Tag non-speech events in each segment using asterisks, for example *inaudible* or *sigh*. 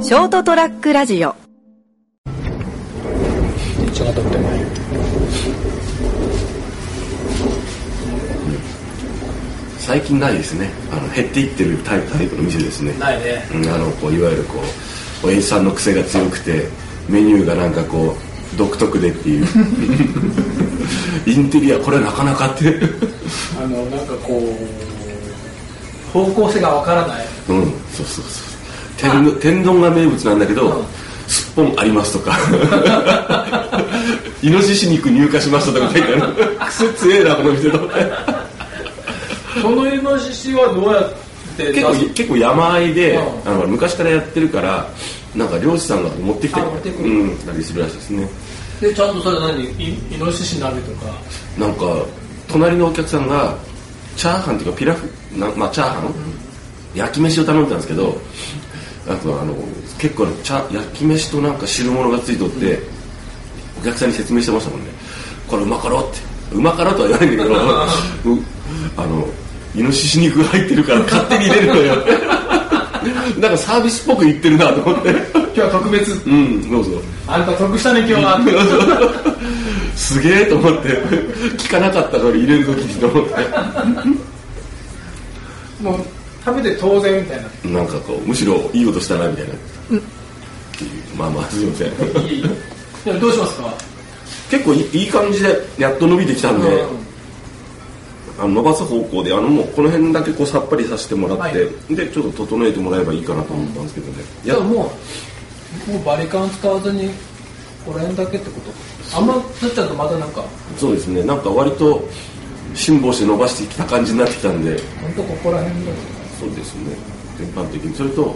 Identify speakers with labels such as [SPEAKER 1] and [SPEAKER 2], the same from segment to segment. [SPEAKER 1] ショートトラックラジオ
[SPEAKER 2] 電車が通ってない
[SPEAKER 3] 最近ないですねあの減っていってるタイプタイプの店ですね
[SPEAKER 2] ないね
[SPEAKER 3] うんあのこういわゆるこうおやじさんの癖が強くてメニューがなんかこう独特でっていう *laughs* インテリアこれなかなかって
[SPEAKER 2] あのなんかこう方向性がわからない
[SPEAKER 3] うんそうそうそう天丼天丼が名物なんだけど、すっぽんありますとかイノシシ肉入荷しましたとか書いてある癖強えなこの店と思って
[SPEAKER 2] そのイノシシはどうやって
[SPEAKER 3] 結構結構山あいで、
[SPEAKER 2] うん
[SPEAKER 3] あの昔からやってるからなんか漁師さんが持ってきて
[SPEAKER 2] あ持ってくる
[SPEAKER 3] うんたりするらしいですね
[SPEAKER 2] でちゃんとそれ何イイノシシ鍋とか
[SPEAKER 3] なんか隣のお客さんがチャーハンっていうかピラフなまあチャーハン、焼き飯を頼んでたんですけどあとあの結構チャ焼き飯となんか汁物がついとって、お客さんに説明してましたもんねこれうまかろうってうまかろうとは言わないんだけどうあのイノシシ肉が入ってるから勝手に入れるのよなんかサービスっぽく言ってるなと思って
[SPEAKER 2] 今日は特別
[SPEAKER 3] うんどうぞ
[SPEAKER 2] あんた得したね今日は
[SPEAKER 3] すげえと思って聞かなかったから入れる時にと思って
[SPEAKER 2] もう食べて当然みたいな
[SPEAKER 3] なんかこうむしろいいことしたなみたいな、っていうまあまあすいません
[SPEAKER 2] いいでもどうしますか
[SPEAKER 3] 結構いいいい感じでやっと伸びてきたんで、あの伸ばす方向であのもうこの辺だけこうさっぱりさせてもらって、
[SPEAKER 2] は
[SPEAKER 3] でちょっと整えてもらえばいいかなと思ったんですけどね、い
[SPEAKER 2] じゃ
[SPEAKER 3] や
[SPEAKER 2] あもうもうバリカン使わずにこれんだけってことあんまなっちゃうとまたなんか
[SPEAKER 3] そうですねなんか割と辛抱して伸ばしてきた感じになってきたんで
[SPEAKER 2] 本当ここら辺だよ
[SPEAKER 3] そうですね全般的にそれと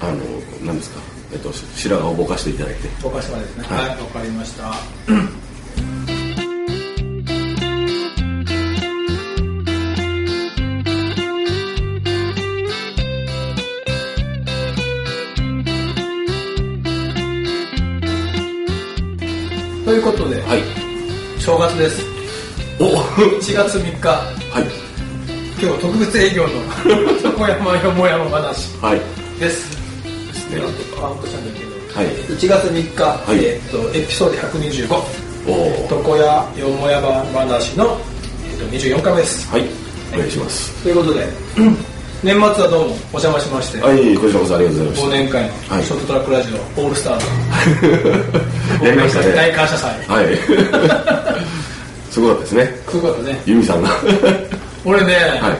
[SPEAKER 3] あの何ですか、えっと、白髪をぼかしていただいて
[SPEAKER 2] ぼかしまですね
[SPEAKER 3] はい
[SPEAKER 2] はいわかりましたということで、
[SPEAKER 3] はい
[SPEAKER 2] 正月です
[SPEAKER 3] おは
[SPEAKER 2] 1月3日
[SPEAKER 3] い
[SPEAKER 2] 今日特別営業の *laughs* 横山よもやま話
[SPEAKER 3] はい
[SPEAKER 2] です
[SPEAKER 3] です
[SPEAKER 2] ち
[SPEAKER 3] ね
[SPEAKER 2] ょっとカウントしたんだけど
[SPEAKER 3] はい
[SPEAKER 2] 1月3日、
[SPEAKER 3] い
[SPEAKER 2] えっとエピソード125
[SPEAKER 3] おお
[SPEAKER 2] 床屋よもやま話の、えっと24回目です
[SPEAKER 3] はい、お願いします。
[SPEAKER 2] ということで *clears throat* 年末はどうもお邪魔しまして、
[SPEAKER 3] はい、こちらこそありがとうござい
[SPEAKER 2] 忘
[SPEAKER 3] ま
[SPEAKER 2] 年会の
[SPEAKER 3] はい
[SPEAKER 2] ショートトラックラジオオールスター
[SPEAKER 3] した。
[SPEAKER 2] の
[SPEAKER 3] *laughs* やりました
[SPEAKER 2] 大
[SPEAKER 3] ね。
[SPEAKER 2] 感謝祭
[SPEAKER 3] はい。 *laughs* すごかったですね。
[SPEAKER 2] すごかったね
[SPEAKER 3] ユミさんが。 *laughs*
[SPEAKER 2] 俺ね、
[SPEAKER 3] はい。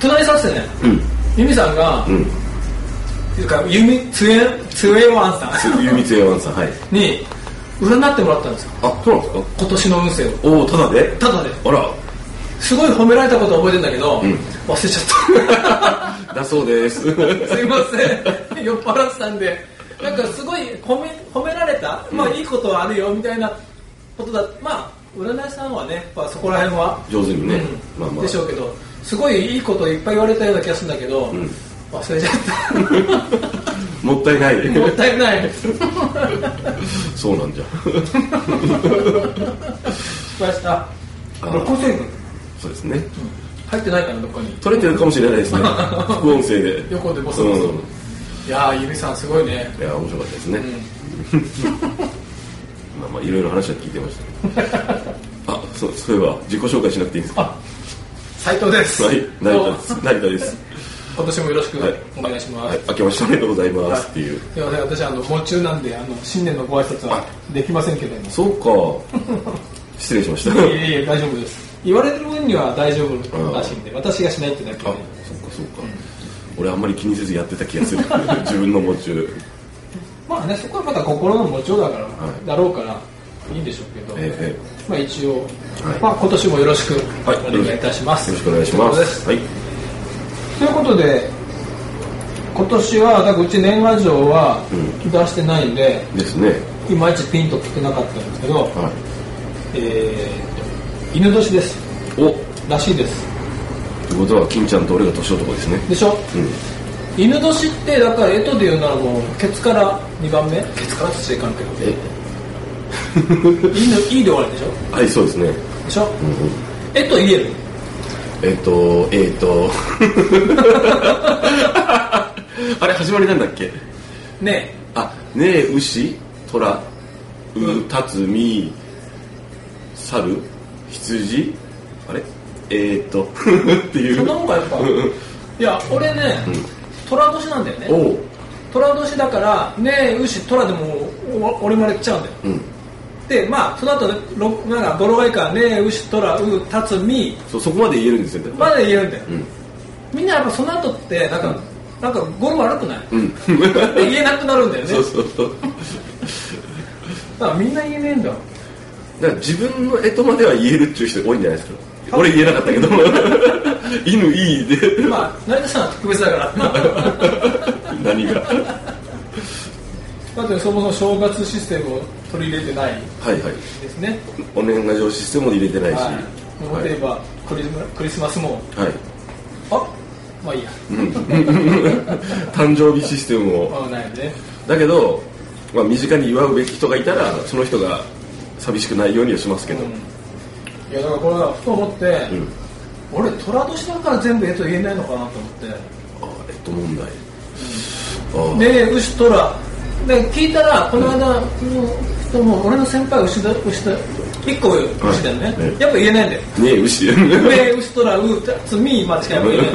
[SPEAKER 2] 隣に立っててね
[SPEAKER 3] うん。
[SPEAKER 2] ユミさんが、
[SPEAKER 3] ん
[SPEAKER 2] っていうかユミツエツエワンさん
[SPEAKER 3] ユミツヤワンさん、はい。
[SPEAKER 2] に占ってもらったんですよ
[SPEAKER 3] あ、そうなんですか。
[SPEAKER 2] 今年の運勢を
[SPEAKER 3] おお、ただで。
[SPEAKER 2] ただね
[SPEAKER 3] あ
[SPEAKER 2] すごい褒められたことは覚えてんだけど、
[SPEAKER 3] ん
[SPEAKER 2] 忘れちゃった
[SPEAKER 3] ら。だそうです。 *laughs*
[SPEAKER 2] すいません酔っ払ってたんでなんかすごい褒め褒められた、まあいいことはあるよみたいなことだまあ占い師さんはね、まあ、そこら辺は、
[SPEAKER 3] 上手にね。まあ
[SPEAKER 2] うん
[SPEAKER 3] まあ。
[SPEAKER 2] でしょうけどすごいいいこといっぱい言われたような気がするんだけど、
[SPEAKER 3] ん
[SPEAKER 2] 忘れちゃっ
[SPEAKER 3] もった
[SPEAKER 2] *laughs*
[SPEAKER 3] いない。
[SPEAKER 2] たもったいない
[SPEAKER 3] そうなんじゃ。
[SPEAKER 2] 失敗した
[SPEAKER 3] あー
[SPEAKER 2] 6000円
[SPEAKER 3] そうですね。
[SPEAKER 2] 入ってないかなどっかに
[SPEAKER 3] 取れてるかもしれないですね。副音声で。
[SPEAKER 2] 横でボソボソ
[SPEAKER 3] うん
[SPEAKER 2] いやーゆみさんすごいね
[SPEAKER 3] いや、面白かったですね。 *laughs* まあまあ、いろいろ話は聞いてました。あ、そう、そういえば、自己紹介しなくていいですか。
[SPEAKER 2] 斉藤です、
[SPEAKER 3] はい、成田です。成田です。
[SPEAKER 2] 今年もよろしく
[SPEAKER 3] はい
[SPEAKER 2] お願いします、
[SPEAKER 3] はい、明けましておめでとうございますっていう。
[SPEAKER 2] すいません私あの喪中なんであの新年のご挨拶はできませんけども
[SPEAKER 3] そうか。失礼しま *laughs* した。
[SPEAKER 2] いえいえ大丈夫です言われる分には大丈夫らしいんで私がしないってだけ
[SPEAKER 3] あ、そ
[SPEAKER 2] で
[SPEAKER 3] っかそっか。俺あんまり気にせずやってた気がする。 *laughs* 自分の夢中。
[SPEAKER 2] まあねそこはまた心の持ちようだから、
[SPEAKER 3] はい
[SPEAKER 2] だろうからいいんでしょうけど、
[SPEAKER 3] え
[SPEAKER 2] まあ一応、
[SPEAKER 3] はい
[SPEAKER 2] まあ今年もよろしく
[SPEAKER 3] え、はい、
[SPEAKER 2] お願いいたします、
[SPEAKER 3] よろしくお願いしま
[SPEAKER 2] ということです
[SPEAKER 3] す。はい、
[SPEAKER 2] ということで今年はだからうち年賀状は
[SPEAKER 3] う
[SPEAKER 2] 出してないんで、
[SPEAKER 3] ですね。
[SPEAKER 2] いまいちピンと来てなかったんですけど、
[SPEAKER 3] は
[SPEAKER 2] えー、犬年です
[SPEAKER 3] い。お、
[SPEAKER 2] らしいです
[SPEAKER 3] ってことは金ちゃんと俺が年男ですね。
[SPEAKER 2] でしょ
[SPEAKER 3] うん。
[SPEAKER 2] 犬年ってだから干支で言うならもうケツから2番目ケツからって言っちゃいかんけど
[SPEAKER 3] え、
[SPEAKER 2] 犬いいで終わりでしょ
[SPEAKER 3] はい、そうですね。
[SPEAKER 2] でしょ
[SPEAKER 3] うんうん。
[SPEAKER 2] えっと言える
[SPEAKER 3] えっ、と、 *laughs* えっ、と。あれ始まりなんだっけ。
[SPEAKER 2] ね
[SPEAKER 3] あねえ牛虎うたつみ猿羊あれえー、っと *laughs* っ
[SPEAKER 2] え
[SPEAKER 3] ていう
[SPEAKER 2] そんなもんかやっぱいや俺ね虎年なんだよね
[SPEAKER 3] おう
[SPEAKER 2] 虎年だからねえ牛虎でもお俺まで来ちゃうんだよ
[SPEAKER 3] うん
[SPEAKER 2] でまあその後ろなんか語呂がいいからねえ牛虎うたつみ
[SPEAKER 3] そうそこまで言えるんですよね
[SPEAKER 2] まで言えるんだよ
[SPEAKER 3] うん
[SPEAKER 2] みんなやっぱその後ってなんかなんか語呂悪くない
[SPEAKER 3] うん
[SPEAKER 2] *laughs* で言えなくなるんだよね
[SPEAKER 3] そうそうそう
[SPEAKER 2] だからみんな言えねえんだよ
[SPEAKER 3] だから自分の干支までは言えるっていう人多いんじゃないですか俺言えなかったけど *laughs* 犬いいで
[SPEAKER 2] まあ成田さんは特別だ *laughs* から
[SPEAKER 3] 何がはい
[SPEAKER 2] だってそもそも正月システムを取り入れてない
[SPEAKER 3] はい
[SPEAKER 2] ですね。
[SPEAKER 3] お年賀状システムも入れてないし
[SPEAKER 2] はい。もう例えばクリスマクリスマスも
[SPEAKER 3] はい、はい
[SPEAKER 2] あまあいいや。
[SPEAKER 3] 誕生日システムも
[SPEAKER 2] まあないよね。
[SPEAKER 3] だけど、まあ、身近に祝うべき人がいたらその人が寂しくないようにはしますけど、
[SPEAKER 2] うんいやだからこれはふと思って、
[SPEAKER 3] うん
[SPEAKER 2] 俺虎年だから全部えと言えないのかなと思って。
[SPEAKER 3] ああえっと問題、ああ
[SPEAKER 2] ねえ牛虎。で聞いたらこの間、うん、もう俺の先輩牛だ牛だ一個牛だよね、
[SPEAKER 3] はいはい
[SPEAKER 2] やっぱ言えないんだよ。
[SPEAKER 3] ねえ牛 *laughs*
[SPEAKER 2] でウストラウーツミーまでしかやめない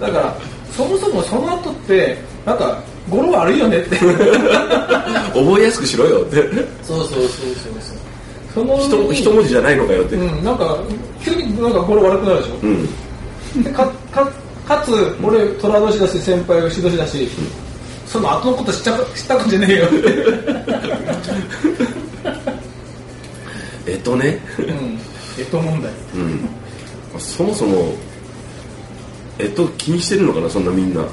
[SPEAKER 2] だからそもそもその後ってなんか語呂悪いよねって
[SPEAKER 3] 覚えやすくしろよ *laughs* って
[SPEAKER 2] そうそうそうそうそうその
[SPEAKER 3] 一文一文字じゃないのかよって、
[SPEAKER 2] うんなんか急になんか語呂悪くなるでしょ
[SPEAKER 3] うん
[SPEAKER 2] でかかかつ俺虎年だし先輩牛年だしその後のこと知っちゃ知ったくじゃねえよって、
[SPEAKER 3] えっとね、
[SPEAKER 2] うん、えっと問題
[SPEAKER 3] うん、まあそもそもえっと気にしてるのかなそんなみんなあ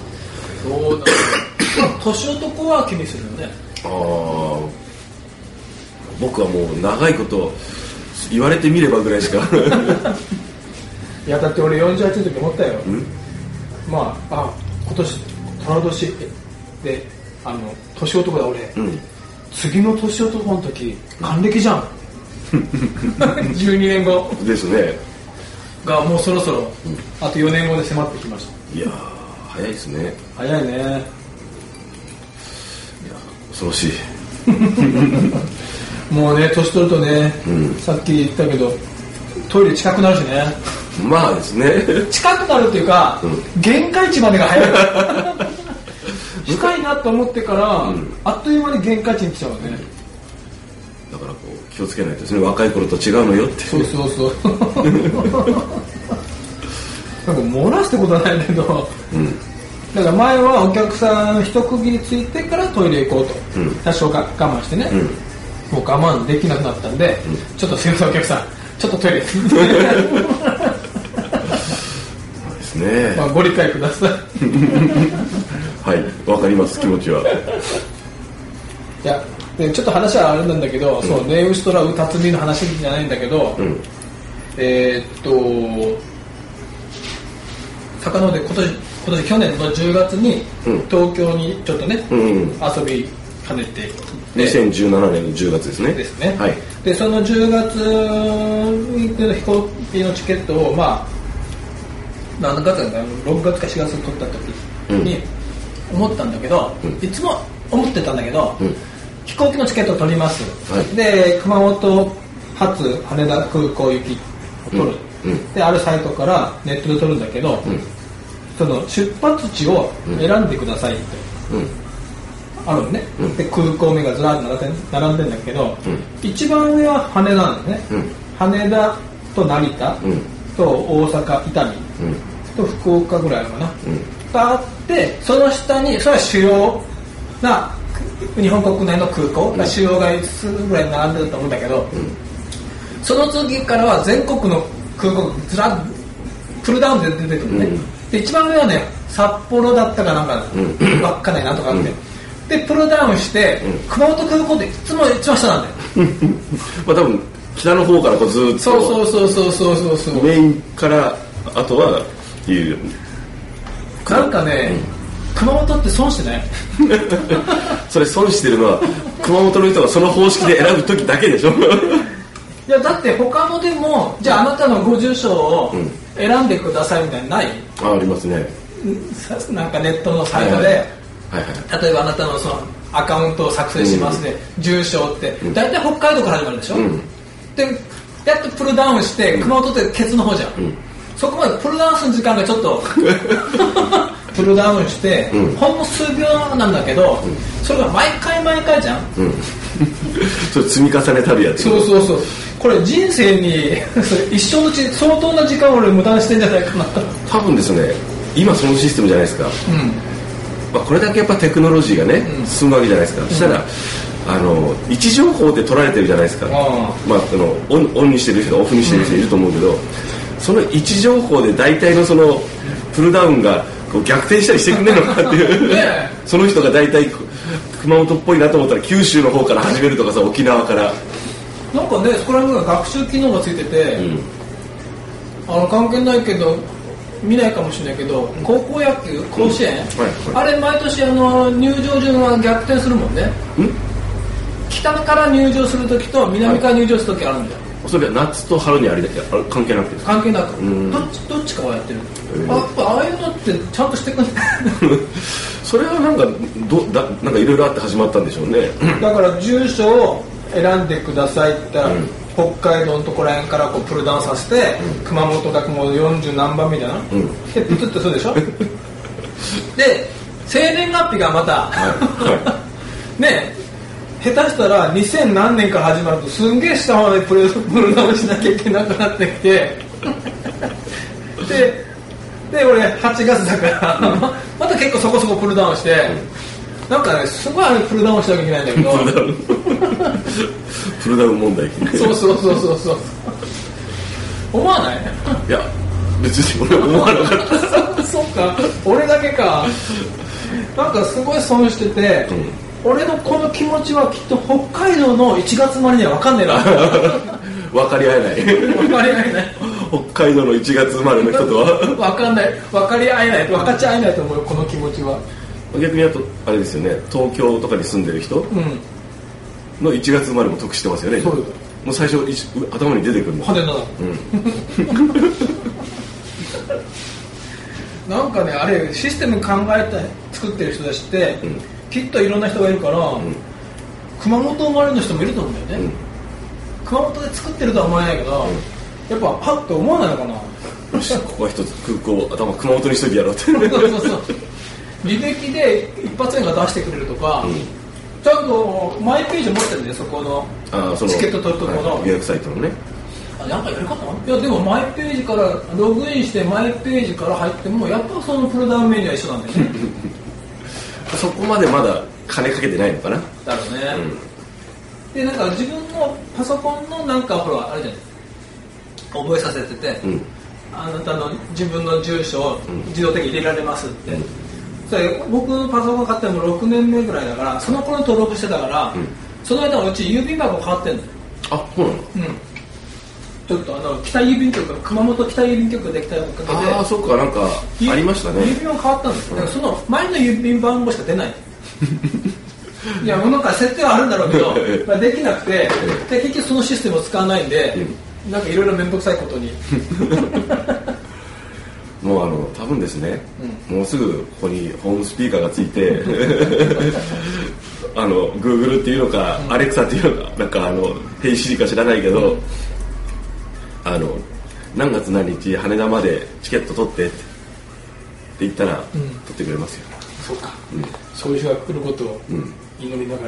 [SPEAKER 2] そうだ年男は気にするよね
[SPEAKER 3] あ僕はもう長いこと言われてみればぐら
[SPEAKER 2] *laughs*
[SPEAKER 3] いしか
[SPEAKER 2] いやだって俺48の時思ったよ、
[SPEAKER 3] ん
[SPEAKER 2] まああ今年虎年であの年男だ俺、
[SPEAKER 3] うん
[SPEAKER 2] 次の年男の時還暦じゃん *laughs* 12年後
[SPEAKER 3] ですね
[SPEAKER 2] がもうそろそろ、あと4年後で迫ってきまし
[SPEAKER 3] いやー早いですね
[SPEAKER 2] た早いね
[SPEAKER 3] 恐ろしい
[SPEAKER 2] もうね年取るとね、さっき言ったけどトイレ近くなるしね
[SPEAKER 3] まあですね
[SPEAKER 2] 近くなるっていうか、
[SPEAKER 3] う
[SPEAKER 2] 限界値までが早 *laughs* い近いなと思ってから、あっという間に限界値に来ちゃうね、
[SPEAKER 3] だからこう気をつけないとですね若い頃と違うのよって
[SPEAKER 2] そうそうそう。なんか漏らすってことはないけど、
[SPEAKER 3] うん
[SPEAKER 2] だから前はお客さん一区切りついてからトイレ行こうと、
[SPEAKER 3] うん
[SPEAKER 2] 多少が我慢してね、
[SPEAKER 3] うん
[SPEAKER 2] もう我慢できなくなったんで、ちょっとすいませんお客さん、ちょっと
[SPEAKER 3] *laughs*
[SPEAKER 2] トイレ、
[SPEAKER 3] ですね
[SPEAKER 2] ま *laughs* あ、ご理解ください。
[SPEAKER 3] はいわかります気持ちは
[SPEAKER 2] いやでちょっと話はあれなんだけど、そうネウストラウタツミの話じゃないんだけど、
[SPEAKER 3] うん
[SPEAKER 2] えーっと遡って今年今年去年の10月に、
[SPEAKER 3] うん
[SPEAKER 2] 東京にちょっとね、
[SPEAKER 3] うん
[SPEAKER 2] 遊
[SPEAKER 3] うん
[SPEAKER 2] び兼ねて行って
[SPEAKER 3] 2017年の10月ですね
[SPEAKER 2] ですね、
[SPEAKER 3] はい
[SPEAKER 2] でその10月の飛行機のチケットをまあ何月だったかな6月か4月に取った時に思ったんだけど、
[SPEAKER 3] うん
[SPEAKER 2] いつも思ってたんだけど、
[SPEAKER 3] うん
[SPEAKER 2] 飛行機のチケットを取ります、
[SPEAKER 3] はい
[SPEAKER 2] で熊本発羽田空港行きを取る、
[SPEAKER 3] うんうん
[SPEAKER 2] であるサイトからネットで取るんだけど、
[SPEAKER 3] ん
[SPEAKER 2] その出発地を選んでくださいって、
[SPEAKER 3] うん
[SPEAKER 2] あるのね、
[SPEAKER 3] うん
[SPEAKER 2] で空港目がずらっと並んで並んでんだけど、
[SPEAKER 3] う
[SPEAKER 2] 一番上は羽田なのね、
[SPEAKER 3] うん
[SPEAKER 2] 羽田と成田
[SPEAKER 3] うん
[SPEAKER 2] と大阪伊丹
[SPEAKER 3] う
[SPEAKER 2] と
[SPEAKER 3] ん
[SPEAKER 2] 福岡ぐらいかな、
[SPEAKER 3] うん
[SPEAKER 2] があってその下にそれは主要な日本国内の空港が主要が5つぐらい並んでると思うんだけど、その次からは全国の空港がずらっプルダウンで出てくるね、
[SPEAKER 3] うん
[SPEAKER 2] で一番上はね札幌だったかなんか、
[SPEAKER 3] うん
[SPEAKER 2] 稚内なんとかあって、
[SPEAKER 3] う
[SPEAKER 2] でプルダウンして、
[SPEAKER 3] ん
[SPEAKER 2] 熊本空港でいつも一番下なんだよ
[SPEAKER 3] まあ多分北の方からこうずーっと
[SPEAKER 2] そうそうそうそうそうそうそう
[SPEAKER 3] メインからあとはっていう
[SPEAKER 2] なんかね、熊本って損してない
[SPEAKER 3] それ損してる
[SPEAKER 2] *laughs*
[SPEAKER 3] のは熊本の人がその方式で選ぶ時だけでしょ *laughs*
[SPEAKER 2] いやだって他のでもじゃああなたのご住所を
[SPEAKER 3] うん
[SPEAKER 2] 選んでくださいみたいなのない、
[SPEAKER 3] あありますね
[SPEAKER 2] さなんかネットのサイトで、
[SPEAKER 3] はいはいはいはい
[SPEAKER 2] 例えばあなたのそのアカウントを作成しますで、住所って大体北海道から始まるでしょ、
[SPEAKER 3] うん
[SPEAKER 2] でやっとプルダウンして熊本ってケツの方じゃん、そこまでプルダウンする時間がちょっ
[SPEAKER 3] *laughs*
[SPEAKER 2] とプルダウンして、
[SPEAKER 3] うん
[SPEAKER 2] ほんの数秒なんだけど、それが毎回毎回じゃん、
[SPEAKER 3] それ積み重ねたるやつ
[SPEAKER 2] そうそうそうこれ人生に *laughs* それ一生のうち相当な時間を俺無駄にしてんじゃないかなと
[SPEAKER 3] 多分ですね今そのシステムじゃないですか、まあ、これだけやっぱテクノロジーがね、進むわけじゃないですか、そしたらあの位置情報って取られてるじゃないですか、
[SPEAKER 2] う
[SPEAKER 3] まあ、そのオンオンにしてる人オフにしてる人いると思うけど、その位置情報で大体のそのプルダウンがこう逆転したりしてくんねえのかなっていう、
[SPEAKER 2] ねえ
[SPEAKER 3] *laughs* その人が大体熊本っぽいなと思ったら九州の方から始めるとかさ沖縄から、
[SPEAKER 2] なんかねそこら辺が学習機能がついてて、
[SPEAKER 3] うん
[SPEAKER 2] あの関係ないけど見ないかもしれないけど高校野球甲子園、
[SPEAKER 3] はい
[SPEAKER 2] あれ毎年あの入場順は逆転するもんね北から入場するときと南から入場するときあるんだよ
[SPEAKER 3] それは夏と春にあれだけあれ関係なくて
[SPEAKER 2] 関係なく
[SPEAKER 3] ん
[SPEAKER 2] どっちどっちかはやってる
[SPEAKER 3] うん
[SPEAKER 2] あやっぱああいうのってちゃんとしてくん
[SPEAKER 3] *laughs* それはなんかどだなんかいろいろあって始まったんでしょうね *laughs*
[SPEAKER 2] だから住所を選んでくださいって言ったら、北海道のところらへんからこうプルダウンさせて、熊本だけもう40何番目じゃない、
[SPEAKER 3] ん
[SPEAKER 2] でプツッとするでしょで生年月日がまた、
[SPEAKER 3] は
[SPEAKER 2] *laughs* ねえ下手したら2000何年から始まるとすんげえ下までプルプルダウンしなきゃいけなくなってきてでで俺8月だから、ままた結構そこそこプルダウンして、なんかねすごいあれプルダウンしなきゃいけないんだけど
[SPEAKER 3] プルダウンプルダウン問題
[SPEAKER 2] そうそうそうそうそう思わない *laughs*
[SPEAKER 3] いや別に俺思わなかった
[SPEAKER 2] そっか俺だけかなんかすごい損してて、俺のこの気持ちはきっと北海道の1月までには分かんねえな
[SPEAKER 3] 分かり合えない *laughs*
[SPEAKER 2] 分かり合えない
[SPEAKER 3] 北海道の1月生まれの人とは
[SPEAKER 2] 分かんない分かり合えない分かっちゃえないと思うよこの気持ちは
[SPEAKER 3] 逆にあとあれですよね東京とかに住んでる人
[SPEAKER 2] うん
[SPEAKER 3] の1月生まれも得してますよね
[SPEAKER 2] そうよ
[SPEAKER 3] もう最初一頭に出てくるの
[SPEAKER 2] 派手だな、なんかねあれシステム考えて作ってる人たちって、
[SPEAKER 3] ん
[SPEAKER 2] きっといろんな人がいるから、熊本生まれの人もいると思うんだよね、熊本で作ってるとは思えないけど、やっぱパッと思わないのかな
[SPEAKER 3] よしここは一つ空港頭熊本にしといてやろ
[SPEAKER 2] *laughs*
[SPEAKER 3] うって
[SPEAKER 2] そうそうそう履歴で一発目が出してくれるとか、
[SPEAKER 3] ん
[SPEAKER 2] ちゃんとマイページ持ってるんだよそこの
[SPEAKER 3] あーその
[SPEAKER 2] チケット取るところの、
[SPEAKER 3] はい予約サイトのね
[SPEAKER 2] あなんかやり方いやでもマイページからログインしてマイページから入ってもやっぱそのプルダウンメニューは一緒なんだよね *laughs*
[SPEAKER 3] そこまでまだ金かけてないのかな
[SPEAKER 2] だろうね、でなんか自分のパソコンのなんかほらあれじゃない覚えさせてて、
[SPEAKER 3] うん
[SPEAKER 2] あなたの自分の住所を
[SPEAKER 3] ん
[SPEAKER 2] 自動的に入れられますって、
[SPEAKER 3] うん
[SPEAKER 2] それ僕のパソコン買っても6年目ぐらいだからその頃登録してたから、
[SPEAKER 3] ん
[SPEAKER 2] その間うち郵便箱変わってんのよ
[SPEAKER 3] あそうなの
[SPEAKER 2] うんちょっとあの北郵便局熊本北郵便局ができたおかげで
[SPEAKER 3] ああそっかなんかありましたね
[SPEAKER 2] 郵便は変わったんですけど、その前の郵便番号しか出ないいやなんか設定はあるんだろうけ
[SPEAKER 3] *laughs*
[SPEAKER 2] ど
[SPEAKER 3] ええ
[SPEAKER 2] まあできなくてで結局そのシステムを使わないんで、なんかいろいろ面倒くさいことに
[SPEAKER 3] もうあの多分ですね、もうすぐここにホームスピーカーがついて *laughs* あの Google っていうのか、アレクサっていうのかなんかあの「ヘイシリ」か知らないけど、あの何月何日羽田までチケット取ってってって言ったら、取ってくれますよ *laughs*
[SPEAKER 2] そうか、そういう日が来ることを祈りなが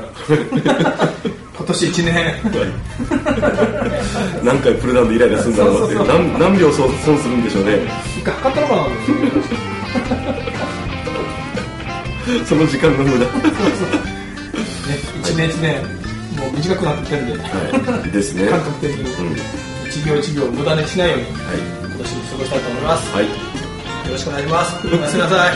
[SPEAKER 2] ら、
[SPEAKER 3] *laughs*
[SPEAKER 2] 今年1年
[SPEAKER 3] 何回プルダウンでイライラするんだろうって
[SPEAKER 2] そうそうそう
[SPEAKER 3] 何何秒損損するんでしょうね
[SPEAKER 2] 一回測ったのかな
[SPEAKER 3] その時間の
[SPEAKER 2] *laughs*
[SPEAKER 3] 無駄、
[SPEAKER 2] 1年1年もう短くなってきてるんで、
[SPEAKER 3] はい、ですね
[SPEAKER 2] 感覚的に
[SPEAKER 3] うんは
[SPEAKER 2] 一行一行無駄にしないように
[SPEAKER 3] い
[SPEAKER 2] 今年も過ごしたいと思います、
[SPEAKER 3] はい
[SPEAKER 2] よろしくお願いしますおやすみなさい